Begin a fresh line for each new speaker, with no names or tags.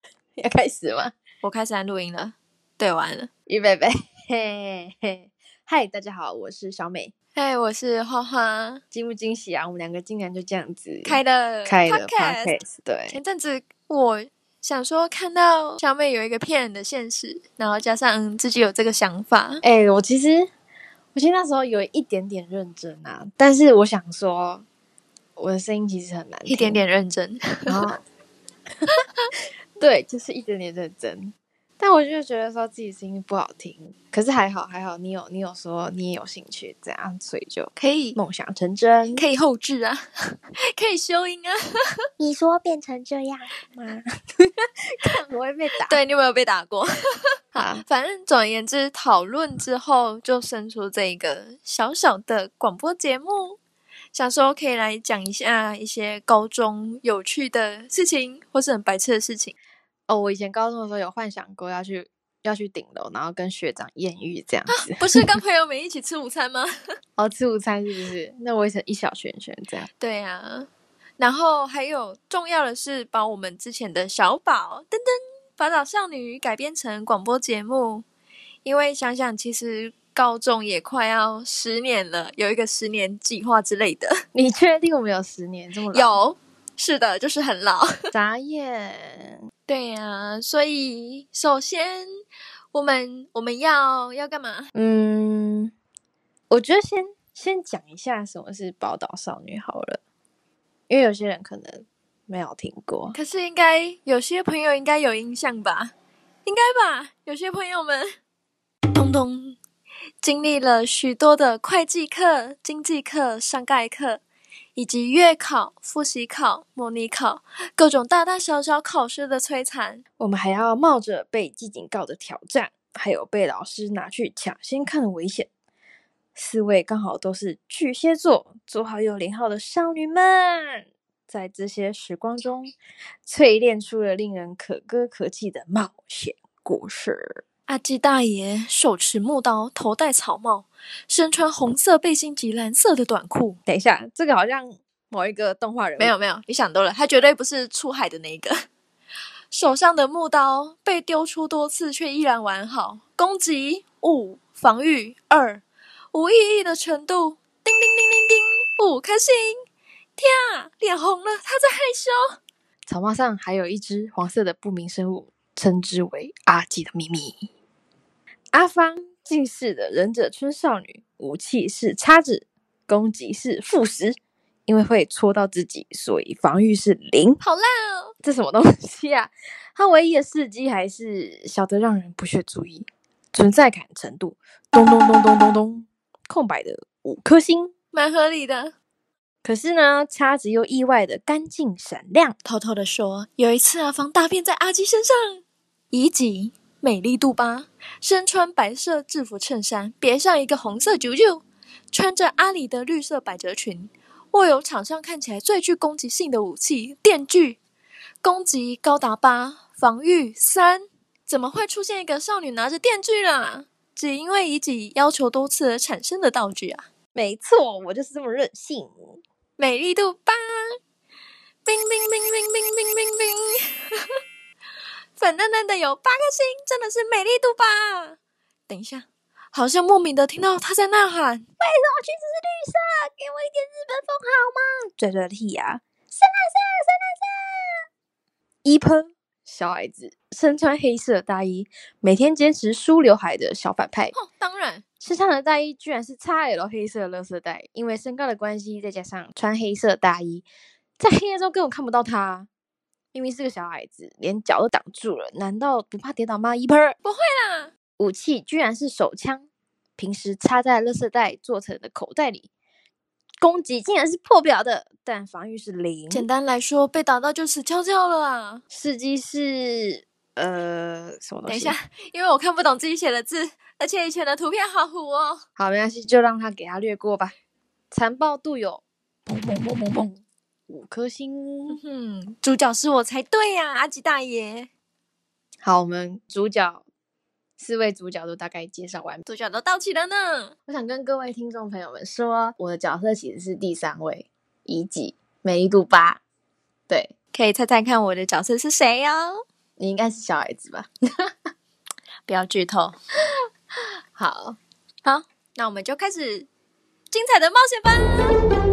要开始吗？
我开始按录音了，对完了。
预备备，嘿嘿，嗨，大家好，我是小美，
嘿、我是花花，
惊不惊喜啊？我们两个竟然就这样子
开的
开了
podcast。
podcast，对，
前阵子我想说，看到小美有一个骗人的现实，然后加上嗯自己有这个想法，
哎、我其实我其实那时候有一点点认真啊，但是我想说，我的声音其实很难
一点点认真。
听，然 后对，就是一点点认真。但我就觉得说自己声音不好听，可是还好还好，你有你有说你也有兴趣这样，所以就
可以
梦想成真。
可以后置啊， 可以修音啊。
你说变成这样吗？ 看不会被打。
对，你有没有被打过？
啊，
反正总而言之，讨论之后就生出这一个小小的广播节目，想说可以来讲一下一些高中有趣的事情，或是很白痴的事情。
哦，我以前高中的时候有幻想过要去要去顶楼，然后跟学长艳遇这样 子。
不是跟朋友们一起吃午餐吗？
哦，吃午餐是不是？那我也是一小圈圈这样。
对呀、啊，然后还有重要的是，把我们之前的小宝噔噔宝岛少女改编成广播节目，因为想想其实高中也快要十年了，有一个十年计划之类的。
你确定我们有十年这么老？
有，是的，就是很老。
眨眼。
对呀、所以首先我们我们要要干嘛？
嗯，我觉得先先讲一下什么是宝岛少女好了，因为有些人可能没有听过。
可是应该有些朋友应该有印象吧？应该吧？有些朋友们，咚咚，经历了许多的会计课、经济课、上盖课，以及月考、复习考、模拟考，各种大大小小考试的摧残。
我们还要冒着被记警告的挑战，还有被老师拿去抢先看的危险。四位刚好都是巨蟹座，左好右零号的少女们，在这些时光中淬炼出了令人可歌可泣的冒险故事。
阿基大爷手持木刀，头戴草帽，身穿红色背心及蓝色的短裤。
等一下，这个好像某一个动画人物
没有没有，你想多了，他绝对不是出海的那一个。 手上的木刀被丢出多次，却依然完好。攻击五，防御二，无意义的程度。叮叮叮叮叮，五颗星。天啊，脸红了，他在害羞。
草帽上还有一只黄色的不明生物，称之为阿基的秘密。阿芳近视的忍者村少女，武器是叉子，攻击是副食，因为会戳到自己，所以防御是零。
好烂哦！
这什么东西啊？它唯一的事迹还是小得让人不屑注意，存在感程度咚咚咚咚咚咚，空白的五颗星。
蛮合理的。
可是呢，叉子又意外的干净闪亮。
偷偷的说，有一次阿芳大便在阿基身上。乙己，美丽杜巴，身穿白色制服衬衫，别上一个红色啾啾，穿着阿里的绿色百褶裙，握有场上看起来最具攻击性的武器——电锯，攻击高达八，防御三。怎么会出现一个少女拿着电锯啦？只因为乙己要求多次而产生的道具啊！
没错，我就是这么任性。
美丽度八，冰冰冰冰冰冰冰冰， 粉嫩嫩的有八颗星，真的是美丽度八。等一下，好像莫名的听到他在呐喊，
我裙子是绿色，给我一点日本风好吗？拽拽屁呀、啊！一喷小矮子，身穿黑色大衣，每天坚持梳刘海的小反派，
哦，当然
身上的大衣居然是 XL 黑色的垃圾袋，因为身高的关系，再加上穿黑色大衣，在黑夜中根本看不到他。明明是个小矮子，连脚都挡住了，难道不怕跌倒吗？一喷儿
啦，
武器居然是手枪，平时插在垃圾袋做成的口袋里，攻击竟然是破表的，但防御是零。
简单来说，被打到就死翘翘了啊！
司机是呃什么东
等一
西？
下，，因为我看不懂自己写的字，而且以前的图片好糊哦。
好，没关系，就让他给他略过吧。残暴度有砰砰砰砰砰五颗星。
嗯，主角是我才对呀、阿吉大爷，
好，我们主角四位主角都大概介绍完。
主角都到齐了呢。
我想跟各位听众朋友们说，我的角色其实是第三位乙己，美丽度八。对，
可以猜猜看我的角色是谁哦。
你应该是小孩子吧？
不要剧透。
好，
好，那我们就开始精彩的冒险吧。